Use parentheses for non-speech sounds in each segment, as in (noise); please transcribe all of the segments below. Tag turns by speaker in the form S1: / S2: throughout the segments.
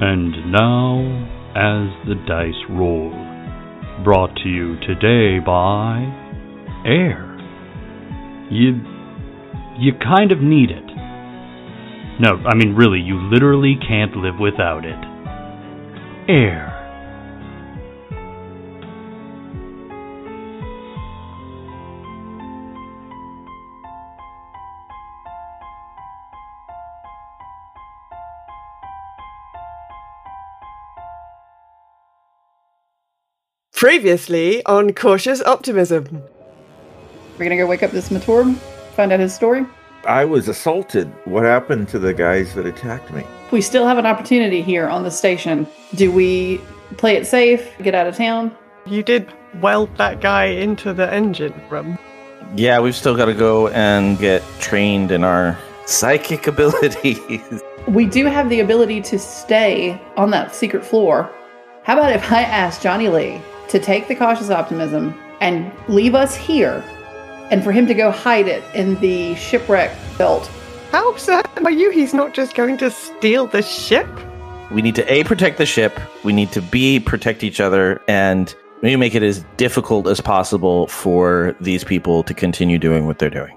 S1: And now, as the dice roll, brought to you today by air. You, you kind of need it. No, I mean really, you literally can't live without it. Air.
S2: Previously on Cautious Optimism.
S3: We're gonna go wake up this Matorb, find out his story.
S4: I was assaulted. What happened to the guys that attacked me?
S3: We still have an opportunity here on the station. Do we play it safe, get out of town?
S2: You did weld that guy into the engine room.
S5: Yeah, we've still got to go and get trained in our psychic (laughs) abilities.
S3: We do have the ability to stay on that secret floor. How about if (laughs) I ask Johnny Lee to take the cautious optimism and leave us here and for him to go hide it in the shipwreck belt?
S2: How certain are you he's not just going to steal the ship?
S5: we need to A, protect the ship. We need to B, protect each other. And we need to make it as difficult as possible for these people to continue doing what they're doing.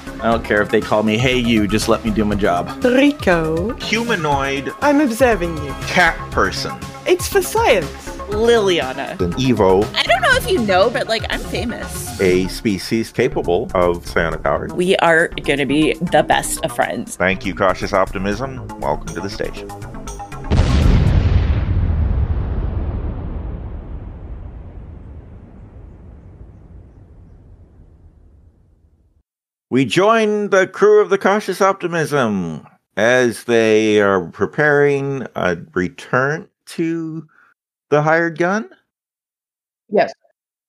S5: I don't care if they call me, hey, you, just let me do my job.
S2: Rico,
S4: Humanoid
S2: I'm observing you.
S4: cat person.
S2: It's for science.
S6: Liliana.
S4: An Evo,
S6: I don't know if you know, but like I'm famous.
S4: a species capable of Santa power.
S6: We are going to be the best of friends.
S4: Thank you, Cautious Optimism. Welcome to the station. We join the crew of the Cautious Optimism as they are preparing a return to the hired gun.
S3: Yes.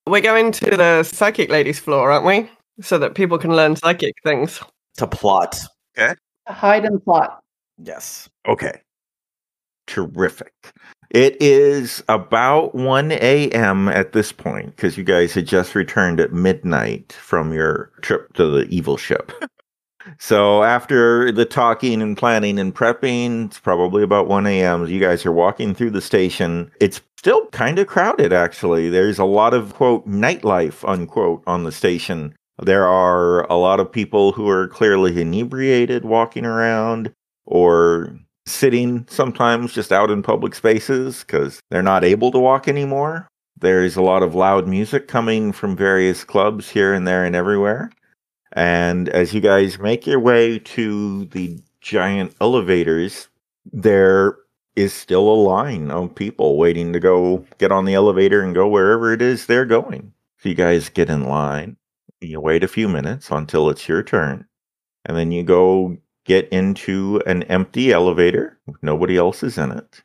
S2: We're going to the psychic ladies' floor, aren't we? So that people can learn psychic things.
S5: To plot.
S3: Hide and plot.
S5: Yes. (laughs)
S4: Okay. Terrific. It is about 1 a.m. at this point because you guys had just returned at midnight from your trip to the evil ship. so, after the talking and planning and prepping, it's probably about 1 a.m. You guys are walking through the station. It's still kind of crowded, actually. There's a lot of, quote, nightlife, unquote, on the station. There are a lot of people who are clearly inebriated walking around or sitting sometimes just out in public spaces because they're not able to walk anymore. There is a lot of loud music coming from various clubs here and there and everywhere. And as you guys make your way to the giant elevators, there is still a line of people waiting to go get on the elevator and go wherever it is they're going. So you guys get in line. You wait a few minutes until it's your turn. And then you go get into an empty elevator. Nobody else is in it.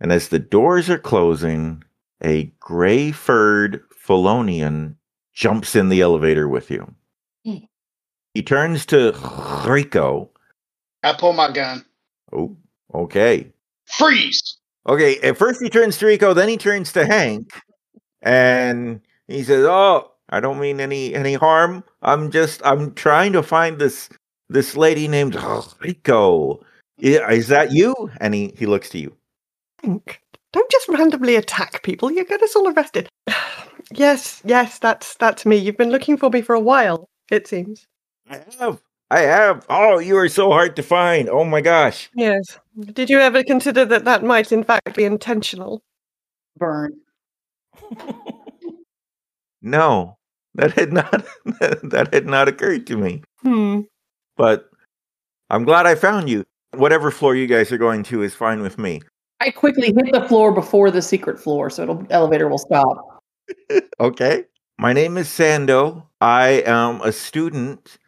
S4: And as the doors are closing, a gray furred Felonian jumps in the elevator with you.
S3: Hmm.
S4: He turns to Rico.
S7: I pull my gun.
S4: Oh, okay.
S7: Freeze!
S4: Okay, at first he turns to Rico, then he turns to Hank, and he says, "Oh, I don't mean any any harm. I'm just I'm trying to find this this lady named (sighs) Rico. I- Is that you?" And he he looks to you.
S2: Think. Don't just randomly attack people. You get us all arrested. (sighs) yes, yes, that's that's me. You've been looking for me for a while, it seems.
S4: I have, I have. Oh, you are so hard to find. Oh my gosh.
S2: Yes. Did you ever consider that that might, in fact, be intentional?
S3: Burn.
S4: No, that had not (laughs) that had not occurred to me.
S2: Hmm.
S4: But I'm glad I found you. Whatever floor you guys are going to is fine with me.
S3: I quickly hit the floor before the secret floor, so it'll elevator will stop.
S4: okay. My name is Sando. I am a student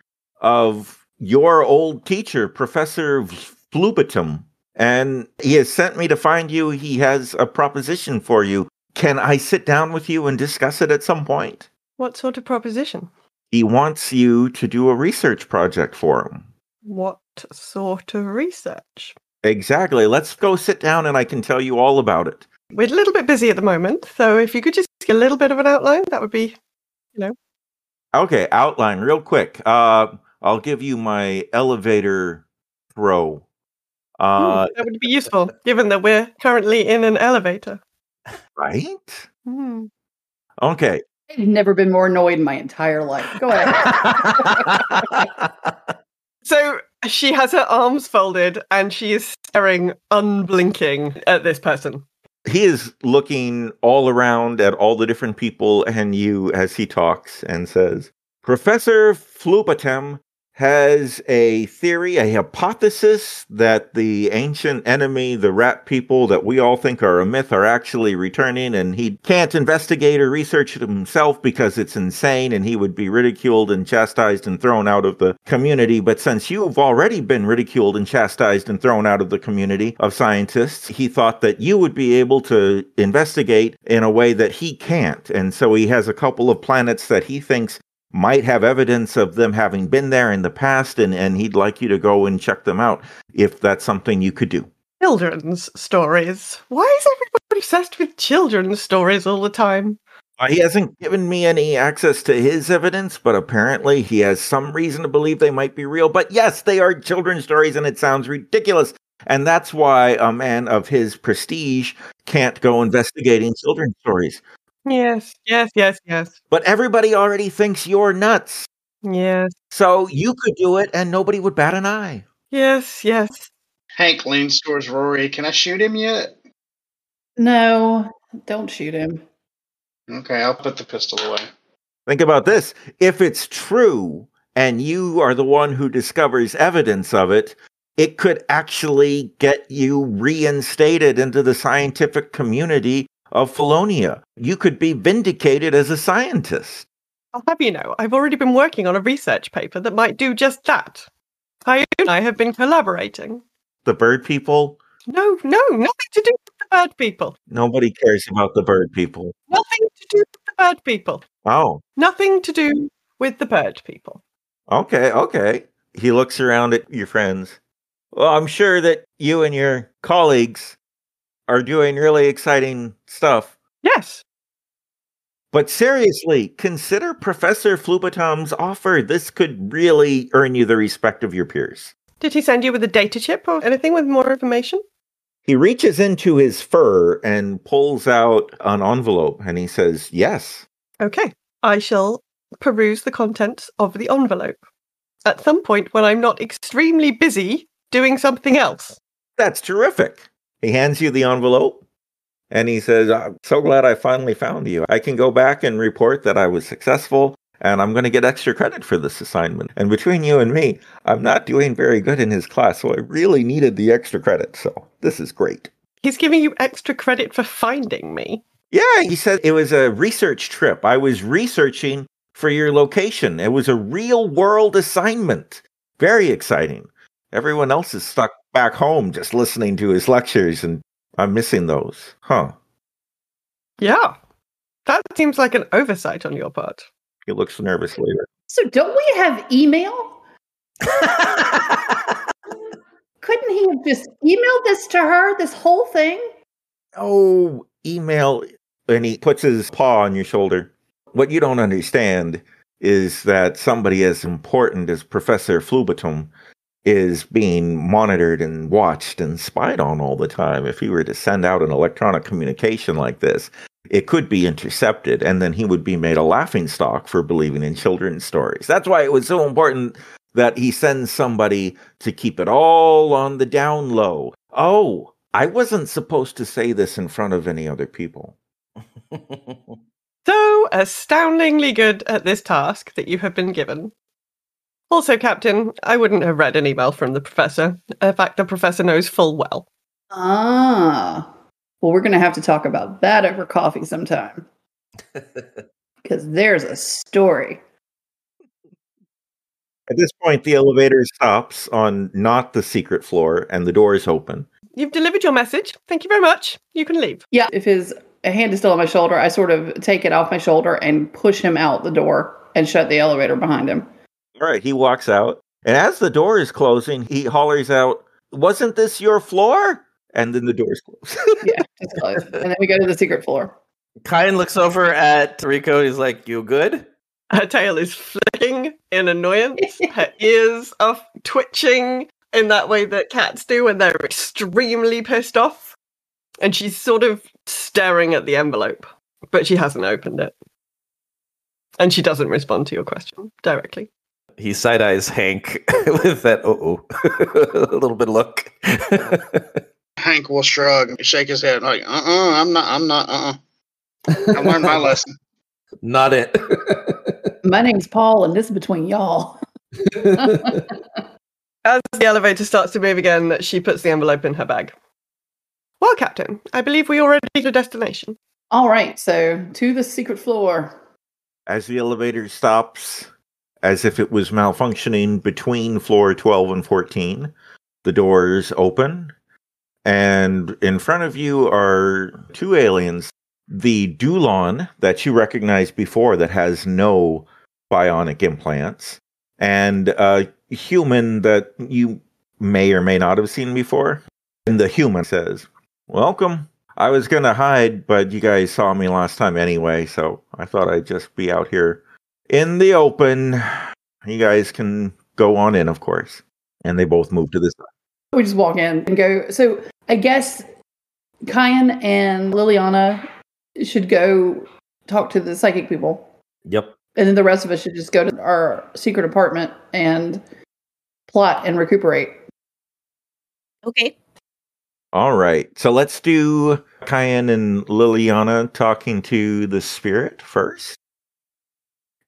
S4: of your old teacher, Professor Flubitum, and he has sent me to find you. He has a proposition for you. Can I sit down with you and discuss it at some point?
S2: What sort of proposition?
S4: He wants you to do a research project for him.
S2: What sort of research?
S4: Exactly. Let's go sit down and I can tell you all about it.
S2: We're a little bit busy at the moment, so if you could just get a little bit of an outline, that would be hmm,
S4: Okay, outline real quick. Uh, I'll give you my elevator throw.
S2: hmm,
S4: Uh,
S2: that would be useful, given that we're currently in an elevator.
S4: Right?
S2: Hmm.
S4: Okay.
S3: I've never been more annoyed in my entire life. Go ahead.
S4: (laughs)
S2: So she has her arms folded and she is staring unblinking at this person.
S4: he is looking all around at all the different people and you as he talks and says, Professor Flubatem has a theory, a hypothesis that the ancient enemy, the rat people that we all think are a myth, are actually returning, and he can't investigate or research it himself because it's insane and he would be ridiculed and chastised and thrown out of the community. But since you've already been ridiculed and chastised and thrown out of the community of scientists, he thought that you would be able to investigate in a way that he can't. And so he has a couple of planets that he thinks might have evidence of them having been there in the past and, and he'd like you to go and check them out if that's something you could do.
S2: Children's stories. Why is everybody obsessed with children's stories all the time?
S4: Uh, he hasn't given me any access to his evidence, but apparently he has some reason to believe they might be real. But yes, they are children's stories and it sounds ridiculous. And that's why a man of his prestige can't go investigating children's stories.
S2: Yes, yes, yes, yes,
S4: But everybody already thinks you're nuts.
S2: yes,
S4: So you could do it and nobody would bat an eye.
S2: yes, yes.
S7: Hank leans towards Rory. Can I shoot him yet?
S3: no, don't shoot him.
S7: Okay, I'll put the pistol away.
S4: Think about this. If it's true and you are the one who discovers evidence of it, it could actually get you reinstated into the scientific community of Felonia. You could be vindicated as a scientist.
S2: I'll have you know, I've already been working on a research paper that might do just that. I and I have been collaborating.
S4: The bird people,
S2: No, no, nothing to do with the bird people.
S4: nobody cares about the bird people.
S2: Nothing to do with the bird people.
S4: Oh,
S2: Nothing to do with the bird people.
S4: okay, okay. He looks around at your friends. Well, I'm sure that you and your colleagues are doing really exciting stuff.
S2: Yes.
S4: But seriously, consider Professor Flubatom's offer. This could really earn you the respect of your peers.
S2: Did he send you with a data chip or anything with more information?
S4: He reaches into his fur and pulls out an envelope and he says, Yes.
S2: Okay. I shall peruse the contents of the envelope at some point when I'm not extremely busy doing something else.
S4: That's terrific. He hands you the envelope and he says, I'm so glad I finally found you. I can go back and report that I was successful and I'm going to get extra credit for this assignment. And between you and me, I'm not doing very good in his class, so I really needed the extra credit. So this is great.
S2: He's giving you extra credit for finding me.
S4: Yeah, he said it was a research trip. I was researching for your location. It was a real world assignment. Very exciting. Everyone else is stuck back home just listening to his lectures, and I'm missing those. Huh.
S2: Yeah. That seems like an oversight on your part.
S4: He looks nervous later.
S3: So, don't we have email? Couldn't he have just emailed this to her, this whole thing?
S4: Oh, email. And he puts his paw on your shoulder. What you don't understand is that somebody as important as Professor Flubatum is being monitored and watched and spied on all the time. If he were to send out an electronic communication like this, it could be intercepted, and then he would be made a laughing stock for believing in children's stories. That's why it was so important that he sends somebody to keep it all on the down low. Oh, I wasn't supposed to say this in front of any other people.
S2: So astoundingly good at this task that you have been given. Also, Captain, I wouldn't have read an email from the professor. In fact, the professor knows full well.
S3: Ah. Well, we're going to have to talk about that over coffee sometime. because there's a story.
S4: At this point, the elevator stops on not the secret floor, and the door is open.
S2: You've delivered your message. Thank you very much. You can leave.
S3: Yeah, if his hand is still on my shoulder, I sort of take it off my shoulder and push him out the door and shut the elevator behind him.
S4: All right, he walks out, and as the door is closing, he hollers out, "Wasn't this your floor?" And then the doors close.
S3: Yeah, just close. and then we go to the secret floor.
S5: Kyan looks over at Rico. He's like, "You good?"
S2: Her tail is flicking in annoyance. Her ears are f- twitching in that way that cats do when they're extremely pissed off. And she's sort of staring at the envelope, but she hasn't opened it. And she doesn't respond to your question directly.
S5: He side eyes Hank (laughs) with that (laughs) oh oh little bit of look.
S7: Hank will shrug, and shake his head, like, uh uh-uh, uh, i am not, I'm not, uh uh I learned my lesson.
S5: (laughs) Not it. (laughs)
S3: My name's Paul, and this is between y'all. (laughs)
S2: As the elevator starts to move again, she puts the envelope in her bag. Well, Captain, I believe we already reached a destination.
S3: All right, so to the secret floor.
S4: As the elevator stops, as if it was malfunctioning between floor 12 and 14, the doors open, and in front of you are two aliens. The Dulon that you recognized before that has no bionic implants, and a human that you may or may not have seen before. And the human says, Welcome. I was going to hide, but you guys saw me last time anyway, so I thought I'd just be out here in the open. You guys can go on in, of course. And they both move to this side.
S3: We just walk in and go. So I guess Kyan and Liliana should go talk to the psychic people.
S5: yep.
S3: And then the rest of us should just go to our secret apartment and plot and recuperate.
S6: Okay.
S4: All right. So let's do Cayenne and Liliana talking to the spirit first.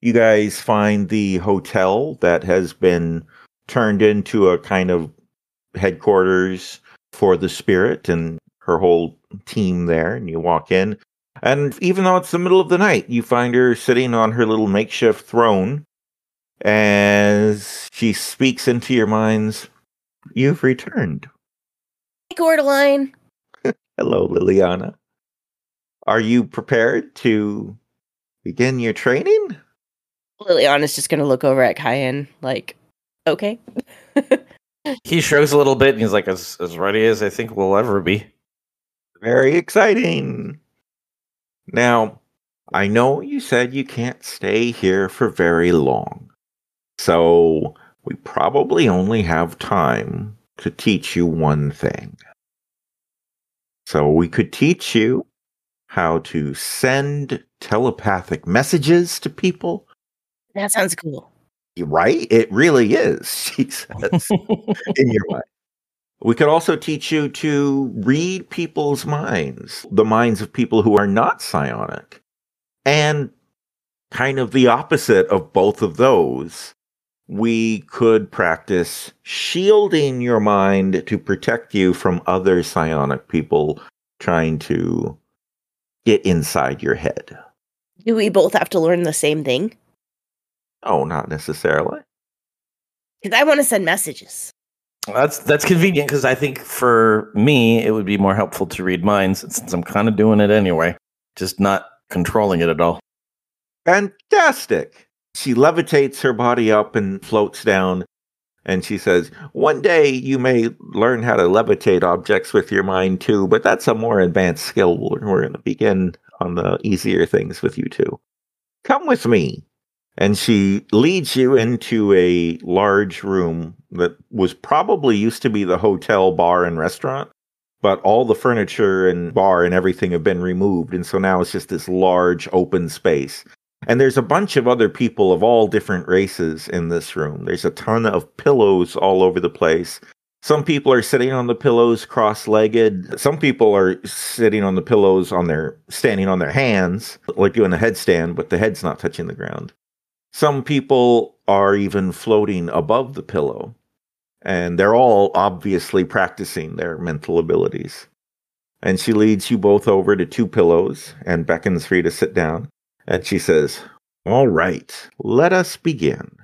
S4: You guys find the hotel that has been turned into a kind of headquarters for the spirit and her whole team there. And you walk in. And even though it's the middle of the night, you find her sitting on her little makeshift throne as she speaks into your minds, You've returned.
S8: Hey, Gordeline.
S4: Hello, Liliana. Are you prepared to begin your training?
S8: Liliana's just gonna look over at Kyan, like, okay.
S5: He shrugs a little bit and he's like, "As as ready as I think we'll ever be."
S4: Very exciting. Now, I know you said you can't stay here for very long, so we probably only have time to teach you one thing. So we could teach you how to send telepathic messages to people.
S8: that sounds cool.
S4: Right? It really is, (laughs) she says. in your mind. We could also teach you to read people's minds, the minds of people who are not psionic, and kind of the opposite of both of those. We could practice shielding your mind to protect you from other psionic people trying to get inside your head.
S8: Do we both have to learn the same thing?
S4: Oh, not necessarily.
S8: Because I want to send messages.
S5: That's that's convenient because I think for me it would be more helpful to read minds since I'm kind of doing it anyway, just not controlling it at all.
S4: Fantastic. She levitates her body up and floats down. And she says, One day you may learn how to levitate objects with your mind too, but that's a more advanced skill. We're, we're going to begin on the easier things with you two. Come with me. And she leads you into a large room that was probably used to be the hotel, bar, and restaurant, but all the furniture and bar and everything have been removed. And so now it's just this large open space. And there's a bunch of other people of all different races in this room. There's a ton of pillows all over the place. Some people are sitting on the pillows cross legged. Some people are sitting on the pillows on their standing on their hands, like doing a headstand, but the head's not touching the ground. Some people are even floating above the pillow. And they're all obviously practicing their mental abilities. And she leads you both over to two pillows and beckons for you to sit down. And she says, All right, let us begin.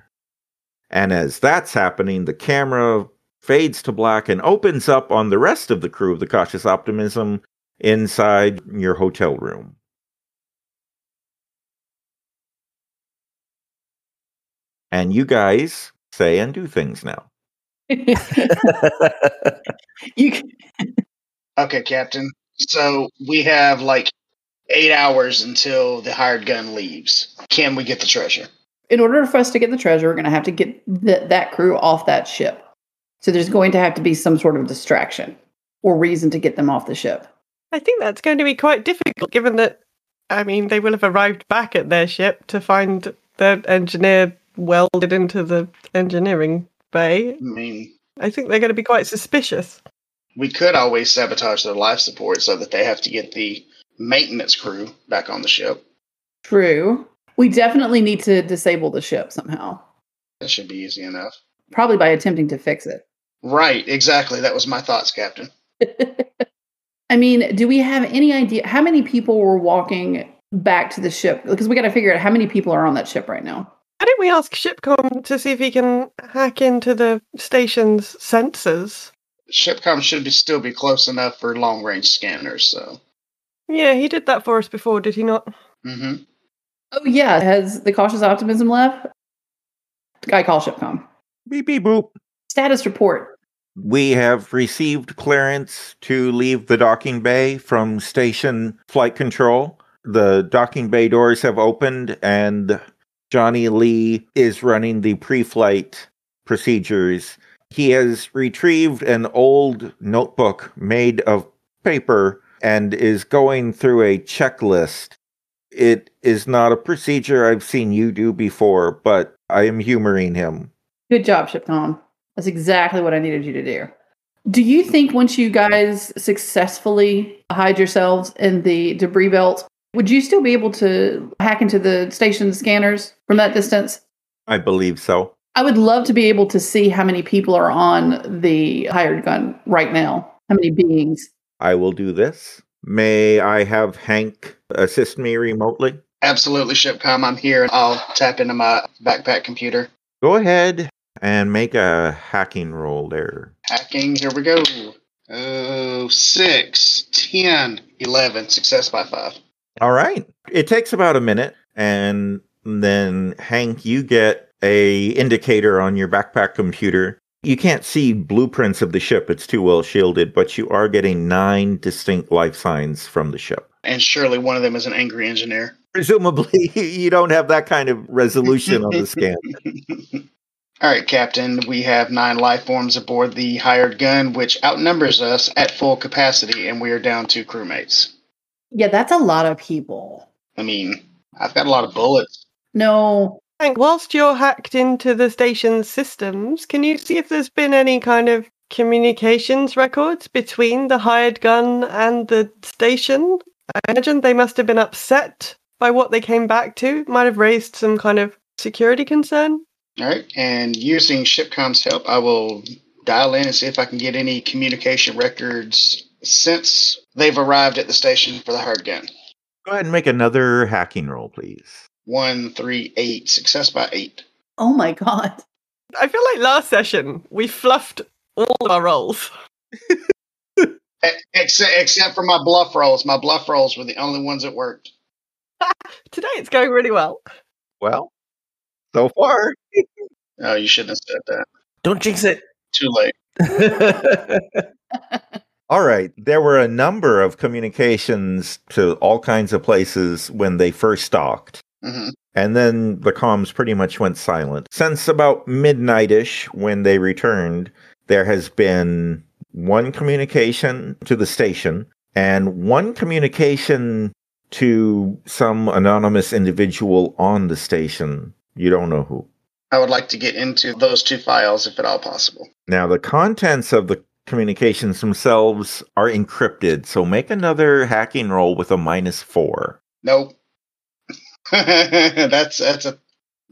S4: And as that's happening, the camera fades to black and opens up on the rest of the crew of the Cautious Optimism inside your hotel room. And you guys say and do things now.
S3: (laughs) You c-
S7: Okay, Captain. So we have like eight hours until the hired gun leaves. Can we get the treasure?
S3: in order for us to get the treasure, we're going to have to get th- that crew off that ship. So there's going to have to be some sort of distraction or reason to get them off the ship.
S2: I think that's going to be quite difficult, given that, I mean, they will have arrived back at their ship to find their engineer welded into the engineering bay.
S7: I mean,
S2: I think they're going to be quite suspicious.
S7: we could always sabotage their life support so that they have to get the maintenance crew back on the ship.
S3: True. We definitely need to disable the ship somehow,
S7: That should be easy enough.
S3: probably by attempting to fix it.
S7: Right, exactly. That was my thoughts, Captain.
S3: (laughs) I mean, do we have any idea how many people were walking back to the ship? Because we got to figure out how many people are on that ship right now.
S2: Why don't we ask Shipcom to see if he can hack into the station's sensors?
S7: Shipcom should be still be close enough for long range scanners, so.
S2: Yeah, he did that for us before, did he not?
S7: hmm
S3: Oh, yeah. Has the cautious optimism left? Guy call shipcom.
S4: Beep, beep, boop.
S3: Status report.
S4: We have received clearance to leave the docking bay from station flight control. The docking bay doors have opened, and Johnny Lee is running the pre flight procedures. He has retrieved an old notebook made of paper and is going through a checklist. It is not a procedure I've seen you do before, but I am humoring him.
S3: Good job, Shipcom. That's exactly what I needed you to do. Do you think once you guys successfully hide yourselves in the debris belt, would you still be able to hack into the station scanners from that distance?
S4: I believe so.
S3: I would love to be able to see how many people are on the hired gun right now. How many beings?
S4: I will do this. May I have Hank assist me remotely?
S7: Absolutely, Shipcom. I'm here and I'll tap into my backpack computer.
S4: Go ahead and make a hacking roll there.
S7: Hacking, here we go. Oh, six, ten, eleven. Success by five.
S4: All right. It takes about a minute and then Hank you get a indicator on your backpack computer. You can't see blueprints of the ship. It's too well shielded, but you are getting nine distinct life signs from the ship.
S7: And surely one of them is an angry engineer.
S4: Presumably (laughs) you don't have that kind of resolution
S7: (laughs)
S4: on the scan.
S7: All right, Captain. We have nine life forms aboard the hired gun, which outnumbers us at full capacity, and we are down two crewmates.
S3: Yeah, that's a lot of people.
S7: I mean, I've got a lot of bullets.
S3: No.
S2: Frank, whilst you're hacked into the station's systems, can you see if there's been any kind of communications records between the hired gun and the station? I imagine they must have been upset by what they came back to. Might have raised some kind of security concern.
S7: All right, and using Shipcom's help, I will dial in and see if I can get any communication records since they've arrived at the station for the hard gun.
S4: Go ahead and make another hacking roll, please.
S7: One, three, eight. Success by eight.
S3: Oh my (laughs) God.
S2: I feel like last session we fluffed all of our roles.
S7: E- Except, except for my bluff rolls. My bluff rolls were the only ones that worked.
S2: Today it's going really well.
S4: Well, so far,
S7: Oh, you shouldn't have said that.
S5: Don't jinx it. (laughs)
S7: Too late.
S4: All right. There were a number of communications to all kinds of places when they first docked.
S7: hmm
S4: And then the comms pretty much went silent. Since about midnight ish, when they returned, there has been one communication to the station and one communication to some anonymous individual on the station. You don't know who.
S7: I would like to get into those two files if at all possible.
S4: Now, the contents of the communications themselves are encrypted, so make another hacking roll with a minus four.
S7: Nope. (laughs) that's that's a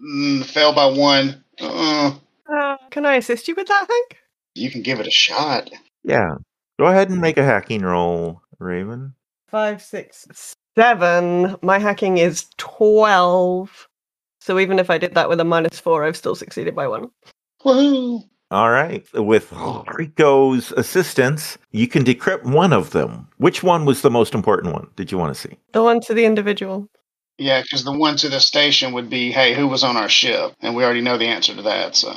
S7: mm, fail by one. Uh,
S2: Uh, can I assist you with that, Hank?
S7: you can give it a shot.
S4: Yeah. Go ahead and make a hacking roll, Raven.
S2: Five, six, seven. My hacking is 12. So even if I did that with a minus four, I've still succeeded by one.
S7: Woohoo!
S4: All right. With Rico's assistance, you can decrypt one of them. Which one was the most important one? Did you want to see?
S2: The one to the individual.
S7: Yeah, because the one to the station would be, hey, who was on our ship? And we already know the answer to that, so.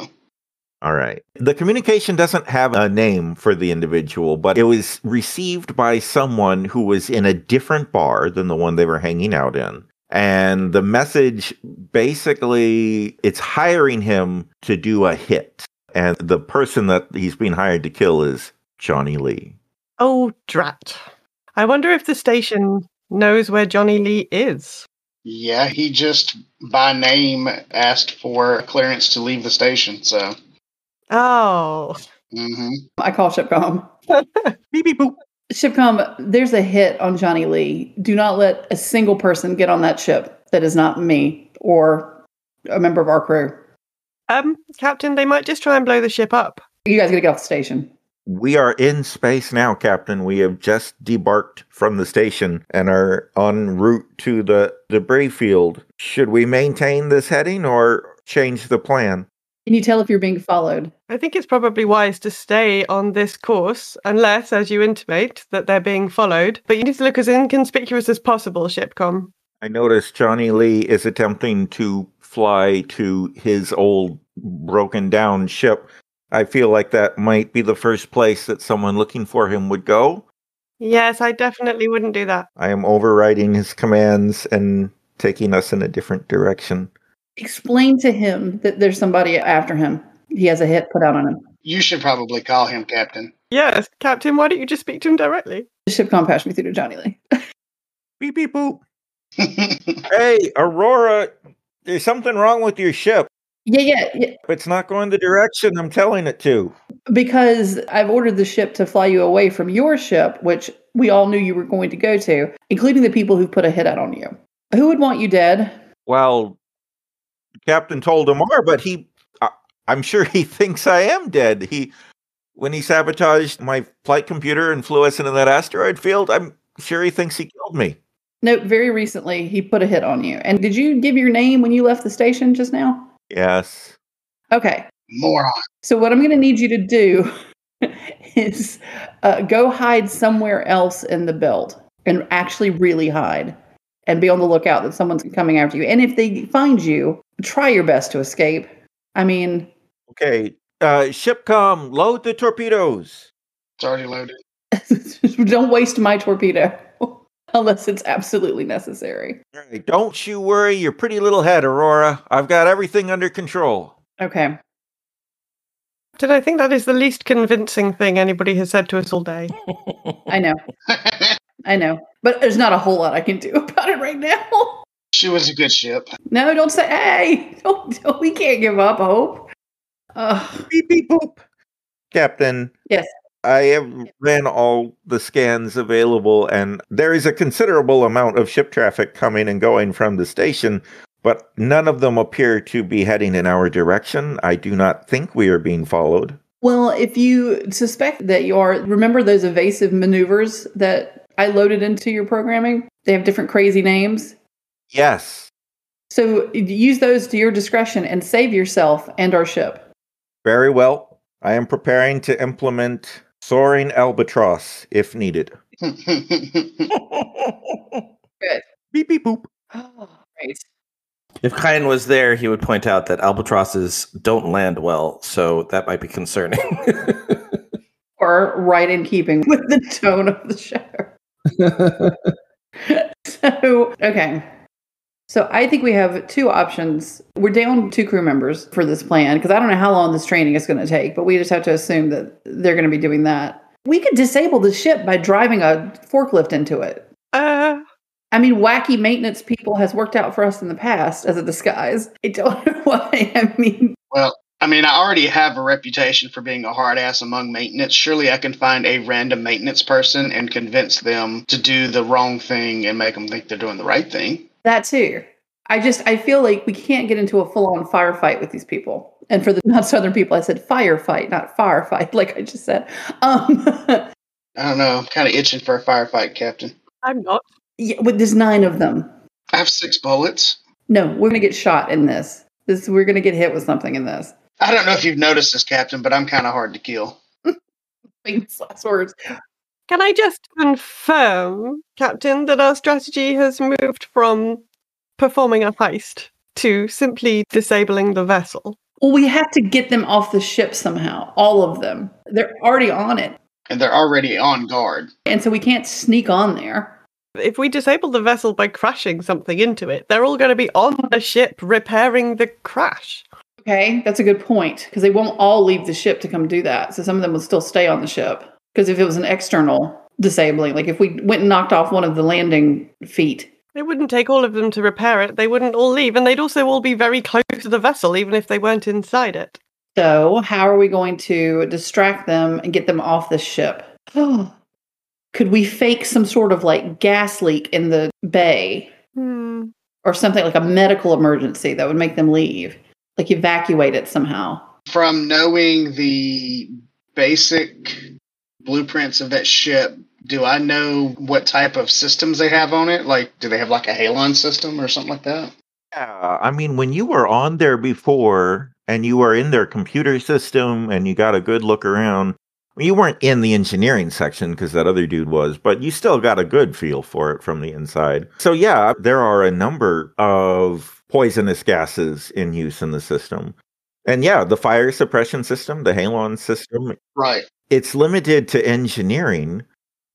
S4: All right. The communication doesn't have a name for the individual, but it was received by someone who was in a different bar than the one they were hanging out in. And the message basically it's hiring him to do a hit. And the person that he's being hired to kill is Johnny Lee.
S2: Oh, drat. I wonder if the station knows where Johnny Lee is.
S7: Yeah, he just by name asked for clearance to leave the station, so.
S2: Oh.
S7: hmm
S3: I call Shipcom.
S4: (laughs) Beep beep boop.
S3: Shipcom, there's a hit on Johnny Lee. Do not let a single person get on that ship that is not me or a member of our crew.
S2: Um, Captain, they might just try and blow the ship up.
S3: You guys gotta get off the station.
S4: We are in space now, Captain. We have just debarked from the station and are en route to the debris field. Should we maintain this heading or change the plan?
S3: Can you tell if you're being followed?
S2: I think it's probably wise to stay on this course, unless, as you intimate, that they're being followed. But you need to look as inconspicuous as possible, Shipcom.
S4: I notice Johnny Lee is attempting to fly to his old broken down ship. I feel like that might be the first place that someone looking for him would go.
S2: Yes, I definitely wouldn't do that.
S4: I am overriding his commands and taking us in a different direction.
S3: Explain to him that there's somebody after him. He has a hit put out on him.
S7: You should probably call him Captain. (laughs)
S2: Yes, Captain, why don't you just speak to him directly?
S3: Shipcom passed me through to Johnny Lee.
S4: Beep beep boop. Hey, Aurora, there's something wrong with your ship.
S3: yeah, yeah, yeah.
S4: It's not going the direction I'm telling it to.
S3: Because I've ordered the ship to fly you away from your ship, which we all knew you were going to go to, including the people who put a hit out on you. Who would want you dead?
S4: Well, Captain told him more, but he, I, I'm sure he (laughs) thinks I am dead. He, when he sabotaged my flight computer and flew us into that asteroid field, I'm sure he thinks he killed me.
S3: No, very recently he put a hit on you. And did you give your name when you left the station just now?
S4: Yes.
S3: Okay.
S7: Moron.
S3: So what I'm going to need you to do (laughs) is uh, go hide somewhere else in the belt and actually really hide and be on the lookout that someone's coming after you. And if they find you, try your best to escape. I mean, (laughs)
S4: Okay. Uh, shipcom, load the torpedoes.
S7: It's already loaded. (laughs)
S3: don't waste my torpedo (laughs) unless it's absolutely necessary.
S4: All right, don't you worry your pretty little head, Aurora. I've got everything under control.
S3: Okay.
S2: Captain, I think that is the least convincing thing anybody has said to us all day.
S3: I know. I know. But there's not a whole lot I can do (laughs) about it right now.
S7: she was a good ship. (laughs)
S3: No, don't say, hey, (laughs) don't, don't- we can't give up hope. Ugh.
S4: Beep beep boop. Captain,
S3: yes.
S4: I have ran all the scans available, and there is a considerable amount of ship traffic coming and going from the station, but none of them appear to be heading in our direction. I do not think we are being followed.
S3: Well, if you suspect that you are, remember those evasive maneuvers that I loaded into your programming? They have different crazy names.
S4: Yes.
S3: So use those to your discretion and save yourself and our ship.
S4: Very well. I am preparing to implement soaring albatross if needed.
S3: Good.
S4: Beep beep boop.
S3: Oh, Great.
S5: If Kyan was there, he would point out that albatrosses don't land well, so that might be concerning. (laughs)
S3: Or right in keeping with the tone of the show. so, okay. So I think we have two options. We're down two crew members for this plan because I don't know how long this training is going to take, but we just have to assume that they're going to be doing that. We could disable the ship by driving a forklift into it.
S2: Uh,
S3: I mean, wacky maintenance people has worked out for us in the past as a disguise. I don't (laughs) know why. I mean,
S7: Well, I mean, I already have a reputation for being a hard ass among maintenance. Surely I can find a random maintenance person and convince them to do the wrong thing and make them think they're doing the right thing.
S3: that too. I just I feel like we can't get into a full on firefight with these people. And for the (laughs) not southern people, I said firefight, not firefight, (laughs) like I just said. Um, (laughs)
S7: I don't know. I'm kind of itching for a firefight, Captain.
S2: I'm not.
S3: Yeah, with there's nine of them.
S7: I have six bullets.
S3: No, we're gonna get shot in this. This we're gonna get hit with something in this. (laughs)
S7: I don't know if you've noticed this, Captain, but I'm kind of hard to kill.
S3: Famous last words.
S2: Can I just confirm, Captain, that our strategy has moved from performing a heist to simply disabling the vessel?
S3: Well, we have to get them off the ship somehow. All of them. They're already on it,
S7: And they're already on guard.
S3: and so we can't sneak on there.
S2: If we disable the vessel by crashing something into it, they're all going to be on the ship repairing the crash.
S3: Okay, that's a good point because they won't all leave the ship to come do that. So some of them will still stay on the ship because if it was an external disabling, like if we went and knocked off one of the landing feet,
S2: It wouldn't take all of them to repair it. They wouldn't all leave, and they'd also all be very close to the vessel, even if they weren't inside it.
S3: So, how are we going to distract them and get them off the ship? (sighs) Could we fake some sort of like gas leak in the bay
S2: Hmm.
S3: or something like a medical emergency that would make them leave? Like evacuate it somehow.
S7: From knowing the basic blueprints of that ship, do I know what type of systems they have on it? Like, do they have like a halon system or something like that?
S4: Yeah, I mean, when you were on there before and you were in their computer system and you got a good look around, well, you weren't in the engineering section because that other dude was, but you still got a good feel for it from the inside. So, yeah, there are a number of poisonous gases in use in the system. And yeah, the fire suppression system, the halon system,
S7: Right.
S4: it's limited to engineering,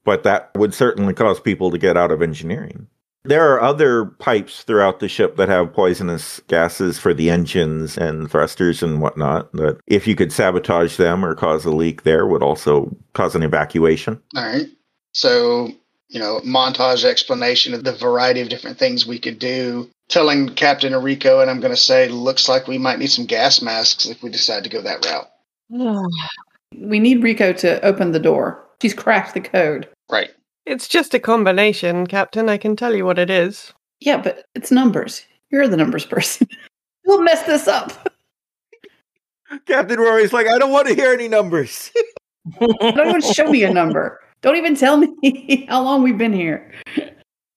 S4: but that would certainly cause people to get out of engineering. There are other pipes throughout the ship that have poisonous gases for the engines and thrusters and whatnot. That if you could sabotage them or cause a leak there, would also cause an evacuation.
S7: All right. So, you know, montage explanation of the variety of different things we could do. Telling Captain Enrico, and I'm going to say, looks like we might need some gas masks if we decide to go that route.
S3: We need Rico to open the door. She's cracked the code.
S7: Right.
S2: It's just a combination, Captain. I can tell you what it is.
S3: Yeah, but it's numbers. You're the numbers person. (laughs) You'll mess this up.
S4: Captain Rory's like, I don't want to hear any numbers. (laughs)
S3: Don't even show me a number. Don't even tell me (laughs) how long we've been here.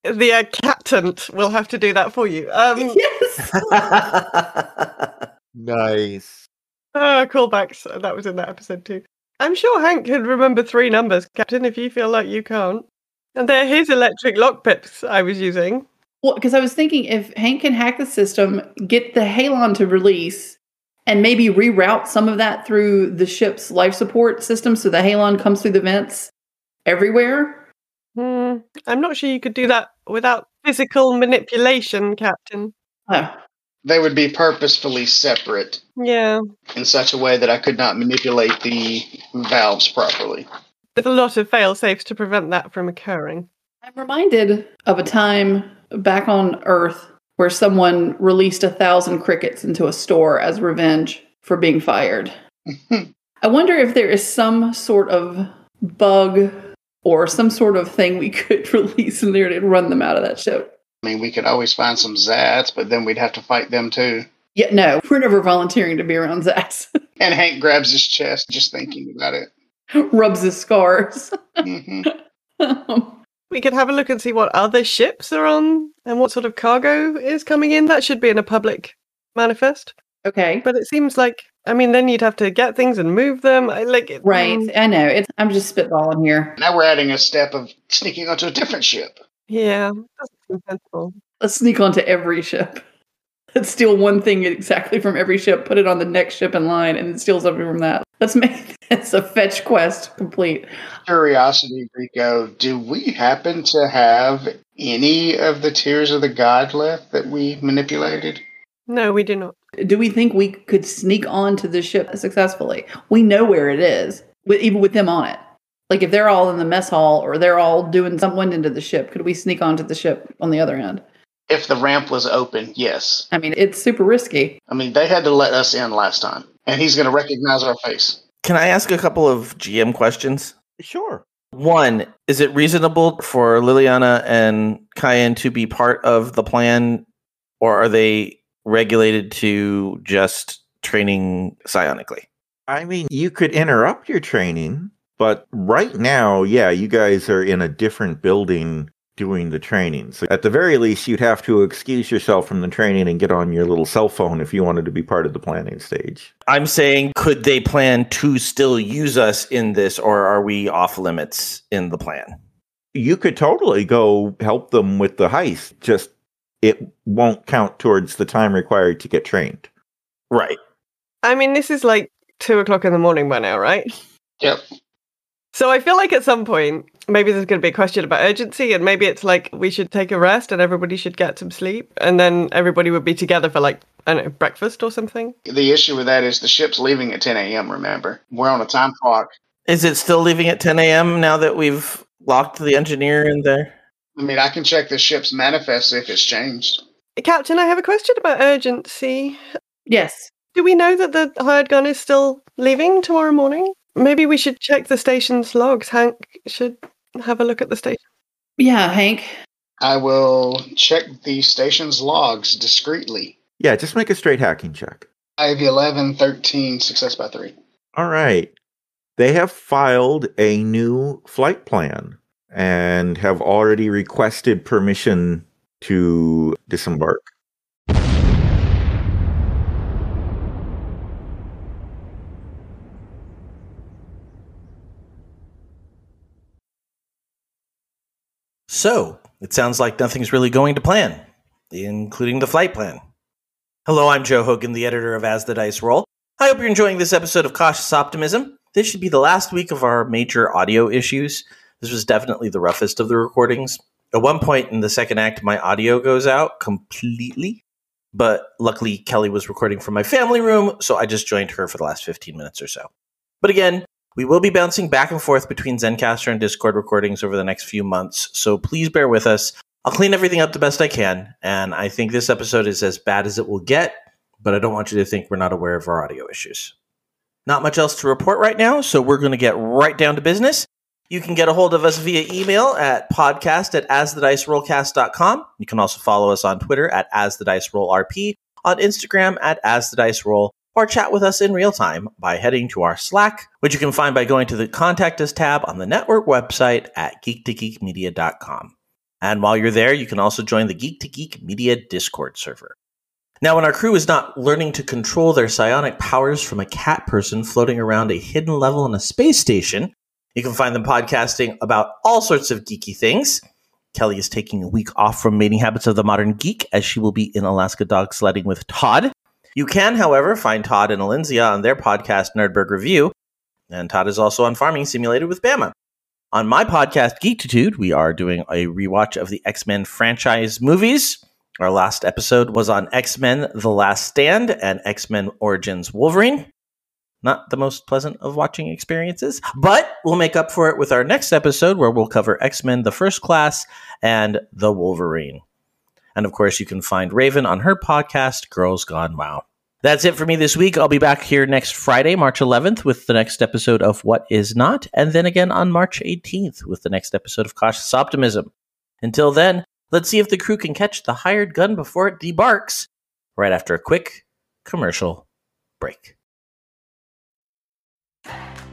S2: The uh, captain will have to do that for you.
S3: (laughs)
S2: Um,
S3: Yes.
S4: (laughs) nice.
S2: uh, callbacks. uh, That was in that episode too. I'm sure Hank could remember three numbers, Captain, if you feel like you can't. And they're his electric lockpicks I was using.
S3: Well, because I was thinking if Hank can hack the system, get the Halon to release, and maybe reroute some of that through the ship's life support system so the Halon comes through the vents everywhere.
S2: Hmm. I'm not sure you could do that without physical manipulation, Captain.
S3: Oh,
S7: They would be purposefully separate
S2: Yeah,
S7: in such a way that I could not manipulate the valves properly. (laughs)
S2: there's a lot of fail safes to prevent that from occurring.
S3: I'm reminded of a time back on Earth where someone released a thousand crickets into a store as revenge for being fired. I wonder if there is some sort of bug or some sort of thing we (laughs) could release in there to run them out of that ship.
S7: I mean, we could always find some Zats, but then we'd have to fight them too.
S3: Yeah, no, we're never volunteering to be around Zax.
S7: And Hank grabs his chest just thinking about it.
S3: (laughs)
S7: (laughs)
S3: Rubs his scars. (laughs)
S7: hmm
S3: um,
S2: We could have a look and see what other ships are on and what sort of cargo is coming in. That should be in a public manifest.
S3: okay.
S2: But it seems like, I mean, then you'd have to get things and move them. I like it.
S3: Right.
S2: mm,
S3: I know. It's, I'm just spitballing here.
S7: Now we're adding a step of sneaking onto a different ship.
S2: Yeah, doesn't seem sensible.
S3: Let's sneak onto every ship. Let's steal one thing exactly from every ship, put it on the next ship in line, and then steal something from that. Let's make (laughs) this a fetch quest complete.
S7: Curiosity, Rico, do we happen to have any of the tears of the god left that we manipulated?
S2: No, we do not.
S3: Do we think we could sneak onto the ship successfully? We know where it is, with, even with them on it. Like if they're all in the mess hall or they're all doing someone into the ship, could we sneak onto the ship on the other end?
S7: If the ramp was open, yes.
S3: I mean, it's super risky.
S7: I mean, they had to let us in last time, and he's going to recognize our face.
S5: Can I ask a couple of GM questions?
S4: Sure.
S5: One, is it reasonable for Liliana and Cayenne to be part of the plan, or are they regulated to just training psionically?
S4: I mean, you could interrupt your training, but right now, yeah, you guys are in a different building doing the training. So at the very least, you'd have to excuse yourself from the training and get on your little cell phone if you wanted to be part of the planning stage.
S5: I'm saying, could they plan to still use us in this, or are we off limits in the plan?
S4: You could totally go help them with the heist, just it won't count towards the time required to get trained.
S5: Right.
S2: I mean, this is like two o'clock in the morning by now, right?
S7: Yep.
S2: So I feel like at some point, maybe there's going to be a question about urgency, and maybe it's like we should take a rest and everybody should get some sleep, and then everybody would be together for like, I don't know, breakfast or something.
S7: The issue with that is the ship's leaving at 10 a.m., remember? We're on a time clock.
S5: Is it still leaving at 10 a.m. now that we've locked the engineer in there?
S7: I mean, I can check the ship's manifest if it's changed.
S2: Captain, I have a question about urgency.
S3: Yes.
S2: Do we know that the hired gun is still leaving tomorrow morning? Maybe we should check the station's logs. Hank should have a look at the station.
S3: Yeah, Hank.
S7: I will check the station's logs discreetly.
S4: Yeah, just make a straight hacking check.
S7: I have 11, 13, success by three.
S4: All right. They have filed a new flight plan and have already requested permission to disembark.
S5: So, it sounds like nothing's really going to plan, including the flight plan. Hello, I'm Joe Hogan, the editor of As the Dice Roll. I hope you're enjoying this episode of Cautious Optimism. This should be the last week of our major audio issues. This was definitely the roughest of the recordings. At one point in the second act, my audio goes out completely, but luckily Kelly was recording from my family room, so I just joined her for the last 15 minutes or so. But again, we will be bouncing back and forth between Zencaster and Discord recordings over the next few months, so please bear with us. I'll clean everything up the best I can, and I think this episode is as bad as it will get, but I don't want you to think we're not aware of our audio issues. Not much else to report right now, so we're going to get right down to business. You can get a hold of us via email at podcast at asthedicerollcast.com. You can also follow us on Twitter at asthedicerollrp, on Instagram at asthediceroll, or chat with us in real time by heading to our Slack, which you can find by going to the Contact Us tab on the network website at geek2geekmedia.com. And while you're there, you can also join the Geek to Geek Media Discord server. Now, when our crew is not learning to control their psionic powers from a cat person floating around a hidden level in a space station, you can find them podcasting about all sorts of geeky things. Kelly is taking a week off from Mating Habits of the Modern Geek as she will be in Alaska dog sledding with Todd. You can, however, find Todd and Alinzia on their podcast Nerdberg Review, and Todd is also on Farming Simulated with Bama. On my podcast Geekitude, we are doing a rewatch of the X Men franchise movies. Our last episode was on X Men The Last Stand and X Men Origins Wolverine not the most pleasant of watching experiences, but we'll make up for it with our next episode where we'll cover X Men The First Class and The Wolverine. And of course, you can find Raven on her podcast, Girls Gone Wow. That's it for me this week. I'll be back here next Friday, March 11th, with the next episode of What Is Not, and then again on March 18th with the next episode of Cautious Optimism. Until then, let's see if the crew can catch the hired gun before it debarks, right after a quick commercial break.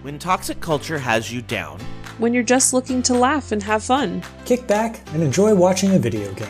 S5: When toxic culture has you down,
S9: when you're just looking to laugh and have fun.
S10: Kick back and enjoy watching a video game.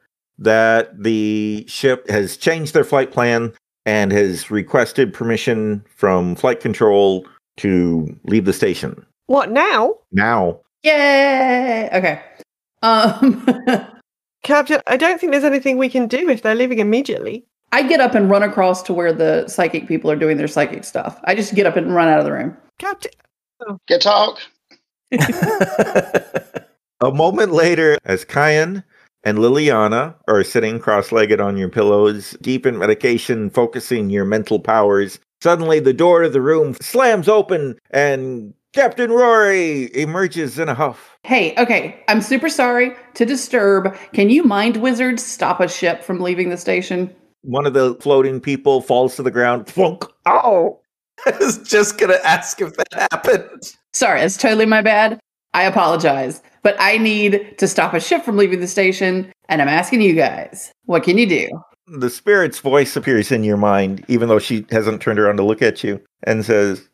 S4: that the ship has changed their flight plan and has requested permission from flight control to leave the station.
S2: What now?
S4: Now.
S3: Yay! Okay. Um (laughs)
S2: Captain, I don't think there's anything we can do if they're leaving immediately.
S3: I get up and run across to where the psychic people are doing their psychic stuff. I just get up and run out of the room.
S2: Captain.
S7: Good talk.
S4: A moment later, as Kyan and Liliana are sitting cross legged on your pillows, deep in medication, focusing your mental powers, suddenly the door to the room slams open and Captain Rory emerges in a huff.
S3: Hey, okay, I'm super sorry to disturb. Can you mind wizard stop a ship from leaving the station?
S4: One of the floating people falls to the ground, flunk,
S5: Oh, I was just gonna ask if that happened.
S3: Sorry, that's totally my bad. I apologize, but I need to stop a ship from leaving the station, and I'm asking you guys, what can you do?
S4: the spirit's voice appears in your mind, even though she hasn't turned around to look at you, and says,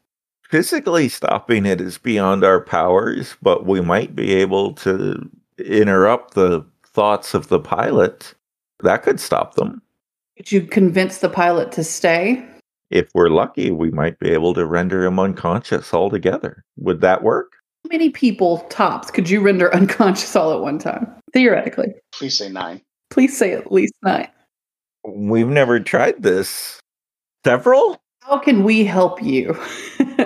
S4: Physically stopping it is beyond our powers, but we might be able to interrupt the thoughts of the pilot. That could stop them.
S3: Could you convince the pilot to stay?
S4: If we're lucky, we might be able to render him unconscious altogether. Would that work?
S3: How many people tops could you render (laughs) unconscious all at one time? Theoretically.
S7: Please say nine.
S3: Please say at least nine.
S4: We've never tried this. Several?
S3: How can we help you (laughs)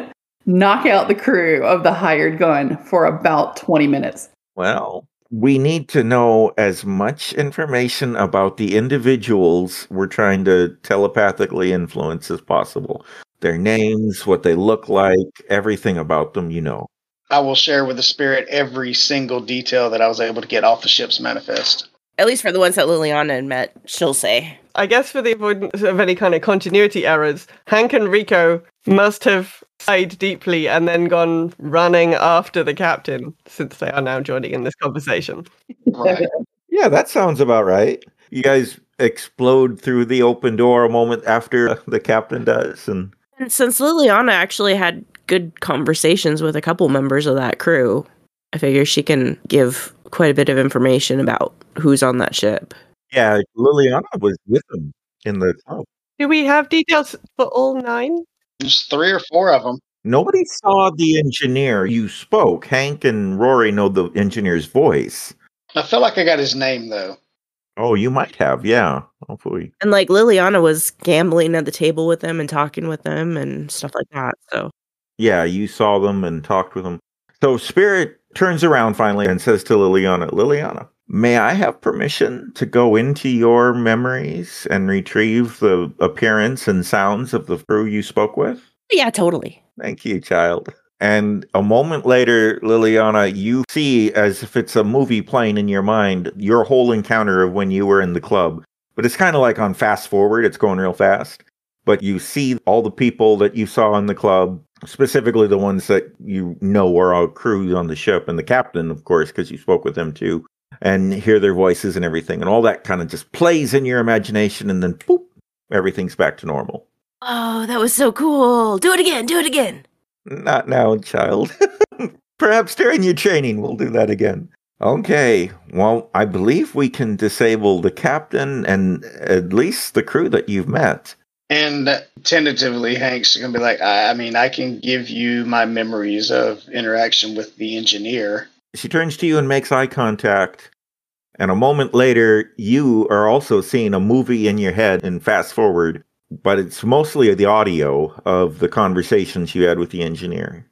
S3: knock out the crew of the hired gun for about 20 minutes?
S4: Well, we need to know as much information about the individuals we're trying to telepathically influence as possible. Their names, what they look like, everything about them, you know.
S7: I will share with the spirit every single detail that I was able to get off the ship's manifest.
S8: At least for the ones that Liliana had met, she'll say.
S2: I guess for the avoidance of any kind of continuity errors, Hank and Rico must have sighed deeply and then gone running after the captain since they are now joining in this conversation.
S7: Right.
S4: Yeah, that sounds about right. You guys explode through the open door a moment after the captain does, and
S8: And since Liliana actually had good conversations with a couple members of that crew, I figure she can give quite a bit of information about who's on that ship.
S4: yeah, Liliana was with them in the club.
S2: Do we have details for all nine?
S7: There's three or four of them.
S4: Nobody saw the engineer you spoke. Hank and Rory know the engineer's voice.
S7: I feel like I got his name though.
S4: Oh, you might have, yeah. Hopefully.
S8: And like Liliana was gambling at the table with them and talking with them and stuff like that. So
S4: Yeah, you saw them and talked with them. So Spirit turns around finally and says to Liliana, Liliana, may I have permission to go into your memories and retrieve the appearance and sounds of the crew you spoke with?
S8: yeah, totally.
S4: Thank you, child. And a moment later, Liliana, you see, as if it's a movie playing in your mind, your whole encounter of when you were in the club. But it's kind of like on fast forward, it's going real fast. But you see all the people that you saw in the club, specifically the ones that you know were all crews on the ship, and the captain, of course, because you spoke with them too, and hear their voices and everything. And all that kind of just plays in your imagination, and then boop, everything's back to normal.
S11: Oh, that was so cool. Do it again. Do it again.
S4: Not now, child. (laughs) Perhaps during your training we'll do that again. Okay. Well, I believe we can disable the captain and at least the crew that you've met.
S7: And tentatively, Hank's gonna be like, I, I mean, I can give you my memories of interaction with the engineer.
S4: She turns to you and makes eye contact. And a moment later, you are also seeing a movie in your head and fast forward, but it's mostly the audio of the conversations you had with the engineer.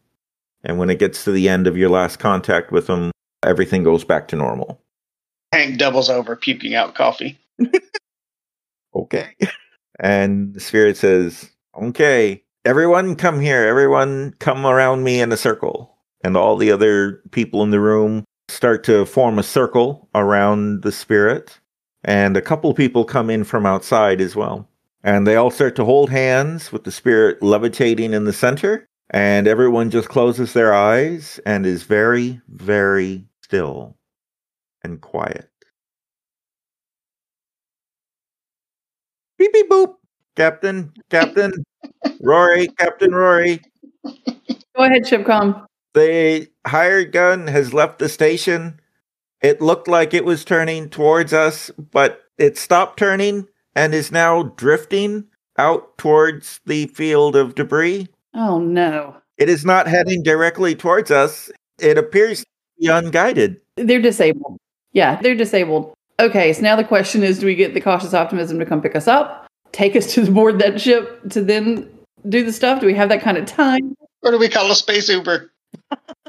S4: And when it gets to the end of your last contact with him, everything goes back to normal.
S7: Hank doubles over, puking out coffee.
S4: okay. And the spirit says, okay, everyone come here. Everyone come around me in a circle. And all the other people in the room start to form a circle around the spirit. And a couple people come in from outside as well. And they all start to hold hands with the spirit levitating in the center. And everyone just closes their eyes and is very, very still and quiet. beep beep boop. Captain, Captain, Rory, Captain Rory.
S3: (laughs) Go ahead, Shipcom.
S4: The hired gun has left the station. It looked like it was turning towards us, but it stopped turning and is now drifting out towards the field of debris.
S3: Oh no.
S4: It is not heading directly towards us. It appears to be unguided.
S3: They're disabled. Yeah, they're disabled. Okay, so now the question is do we get the cautious optimism to come pick us up take us (laughs) to the board that ship to then do the stuff? Do we have that kind of time?
S7: Or do we call a space Uber?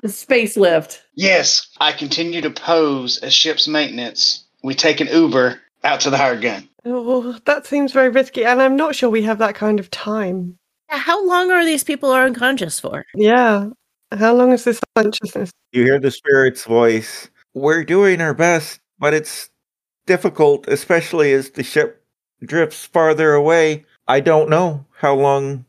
S3: The space lift.
S7: Yes, I continue to pose as ship's maintenance. We take an Uber out to the hired gun.
S2: Oh, that seems very risky, and I'm not sure we have that kind of time.
S11: How long are these people are unconscious for?
S2: Yeah. How long is this consciousness?
S4: You hear the spirit's voice. We're doing our best, but it's difficult, especially as the ship drifts farther away. I don't know how long.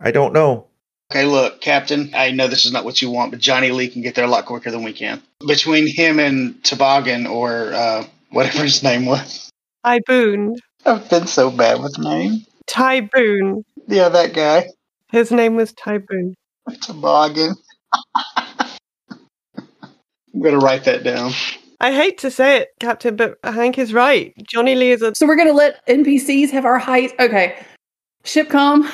S4: I don't know.
S7: Okay, look, Captain, I know this is not what you want, but Johnny Lee can get there a lot quicker than we can. Between him and Toboggan, or uh, whatever his name was.
S2: I booned.
S7: I've been so bad with name.
S2: Tyboon.
S7: Yeah, that guy. (laughs)
S2: His name was Tyboon.
S7: Toboggan. (laughs) I'm going to write that down.
S2: I hate to say it, Captain, but Hank is right. Johnny Lee is a.
S3: So we're going to let NPCs have our height. Okay. Shipcom,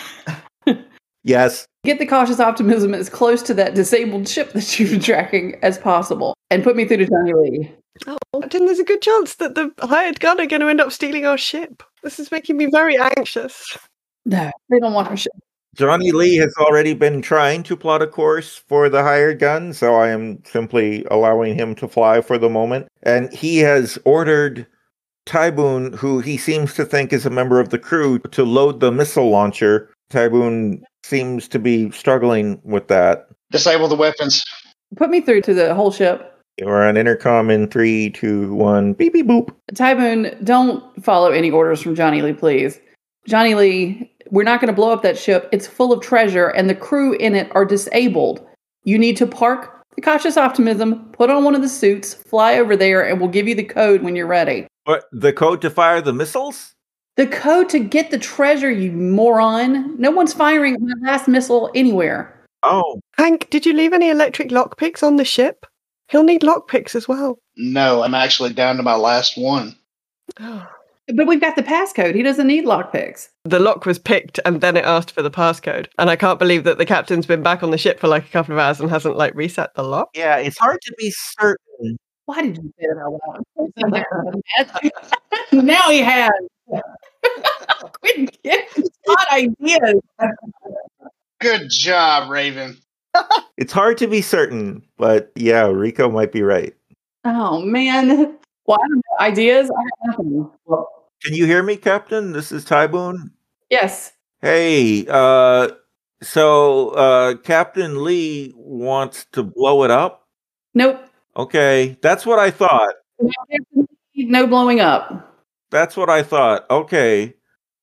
S4: Yes.
S3: get the cautious optimism as close to that disabled ship that (laughs) you've been tracking as possible and put me through to Johnny Lee.
S2: Oh, then there's a good chance that the hired gun are going to end up stealing our ship. This is making me very anxious.
S3: No, they don't want our ship.
S4: Johnny Lee has already been trying to plot a course for the hired gun, so I am simply allowing him to fly for the moment. And he has ordered Tyboon, who he seems to think is a member of the crew, to load the missile launcher. Tyboon seems to be struggling with that.
S7: Disable the weapons.
S3: Put me through to the whole ship.
S4: We're on intercom in three, two, one, beep, beep, boop.
S3: Tyboon, don't follow any orders from Johnny Lee, please. Johnny Lee, we're not going to blow up that ship. It's full of treasure, and the crew in it are disabled. You need to park the cautious optimism, put on one of the suits, fly over there, and we'll give you the code when you're ready.
S4: But the code to fire the missiles?
S3: The code to get the treasure, you moron. No one's firing my last missile anywhere.
S4: Oh,
S2: Hank, did you leave any electric lockpicks on the ship? He'll need lockpicks as (gasps) well.
S7: No, I'm actually down to my last one.
S3: But we've got the passcode. He doesn't need lockpicks.
S2: The lock was picked and then it asked for the passcode. And I can't believe that the captain's been back on the ship for like a couple of hours and hasn't like reset the lock.
S4: yeah, it's hard to be certain.
S3: Why did you say (laughs) that out loud? now he has. (laughs) Quit getting hot ideas.
S7: Good job, Raven.
S4: It's hard to be certain, but yeah, Rico might be right.
S3: Oh man. Well, I don't know. Ideas? I have nothing.
S4: Can you hear me, Captain? This is Tyboon.
S3: Yes.
S4: Hey, uh, so uh, Captain Lee wants to blow it up.
S3: Nope.
S4: Okay, that's what I thought.
S3: No blowing up.
S4: That's what I thought. Okay,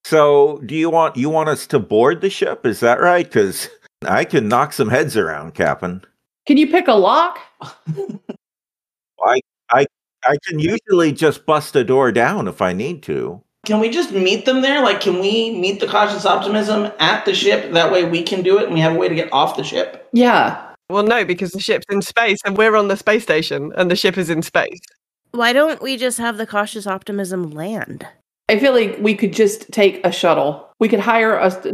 S4: so do you want you want us to board the ship? Is that right? Because I can knock some heads around, Captain.
S3: Can you pick a lock?
S4: I I I can usually just bust a door down if I need to.
S5: Can we just meet them there? Like, can we meet the cautious optimism at the ship? That way we can do it and we have a way to get off the ship.
S3: Yeah.
S2: Well, no, because the ship's in space and we're on the space station and the ship is in space.
S11: Why don't we just have the cautious optimism land?
S3: I feel like we could just take a shuttle. We could hire us. The,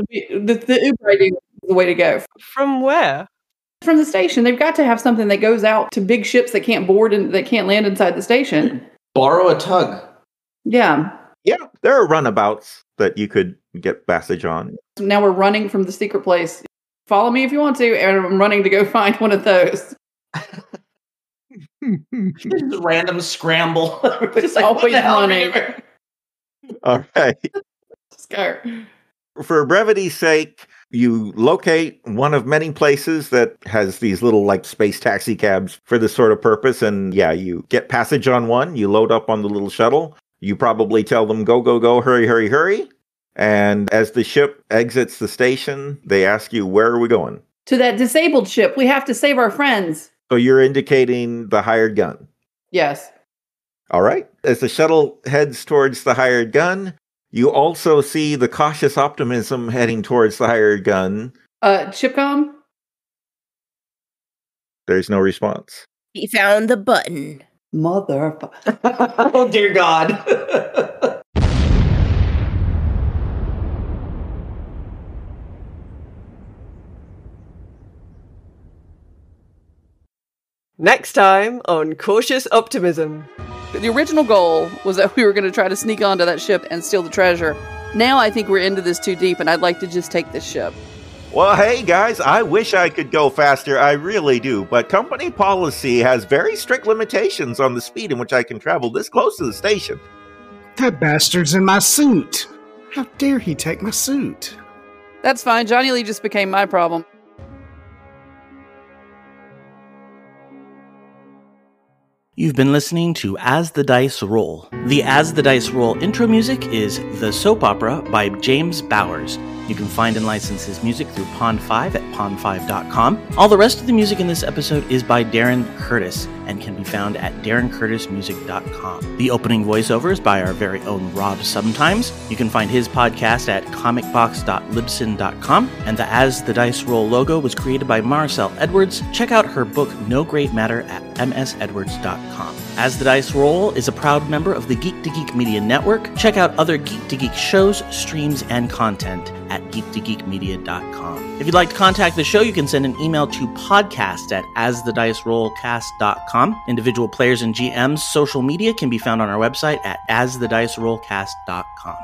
S3: the Uber idea is the way to go.
S2: From where?
S3: From the station, they've got to have something that goes out to big ships that can't board and that can't land inside the station.
S5: Borrow a tug.
S3: Yeah.
S4: Yeah, there are runabouts that you could get passage on.
S3: So now we're running from the secret place. Follow me if you want to, and I'm running to go (laughs) find one of those.
S5: Just random scramble. (laughs)
S3: Just always running.
S4: All right.
S3: (laughs)
S4: (laughs)
S3: Just go.
S4: for brevity's sake, you locate one of many places that has these little like space taxi cabs for this sort of purpose. And yeah, you get passage on one, you load up on the little shuttle, you probably tell them, go, go, go, hurry, hurry, hurry. And as the ship exits the station, they ask you, where are we going?
S3: To that disabled ship. We have to save our friends.
S4: So you're indicating the hired gun.
S3: Yes.
S4: All right. As the shuttle heads towards the hired gun, you also see the cautious optimism heading towards the hired gun.
S3: Uh, Chipcom,
S4: There's no response.
S11: He found the button.
S3: motherfucker.
S5: oh dear God.
S2: Next time on Cautious Optimism.
S3: (laughs) The original goal was that we were going to try to sneak onto that ship and steal the treasure. Now I think we're into this too deep, and I'd like to just take this ship.
S4: Well, hey guys, I wish I could go faster. I really do. But company policy has very strict limitations on the speed in which I can travel this close to the station.
S12: That bastard's in my suit. How dare he take my suit?
S3: That's fine. Johnny Lee just became my problem.
S5: You've been listening to As the Dice Roll. The As the Dice Roll intro music is The Soap Opera by James Bowers. You can find and license his music through Pond5 at pond5.com. All the rest of the music in this episode is by Darren Curtis and can be found at darrencurtismusic.com. The opening voiceover is by our very own Rob Sometimes. You can find his podcast at comicbox.libsyn.com. And the As the Dice Roll logo was created by Marcel Edwards. Check out her book No Great Matter at msedwards.com. As the Dice Roll is a proud member of the Geek to Geek Media Network. Check out other Geek to Geek shows, streams, and content at geektogeekmedia.com. If you'd like to contact the show, you can send an email to podcast at asthedicerollcast.com. Individual players and GMs' social media can be found on our website at asthedicerollcast.com.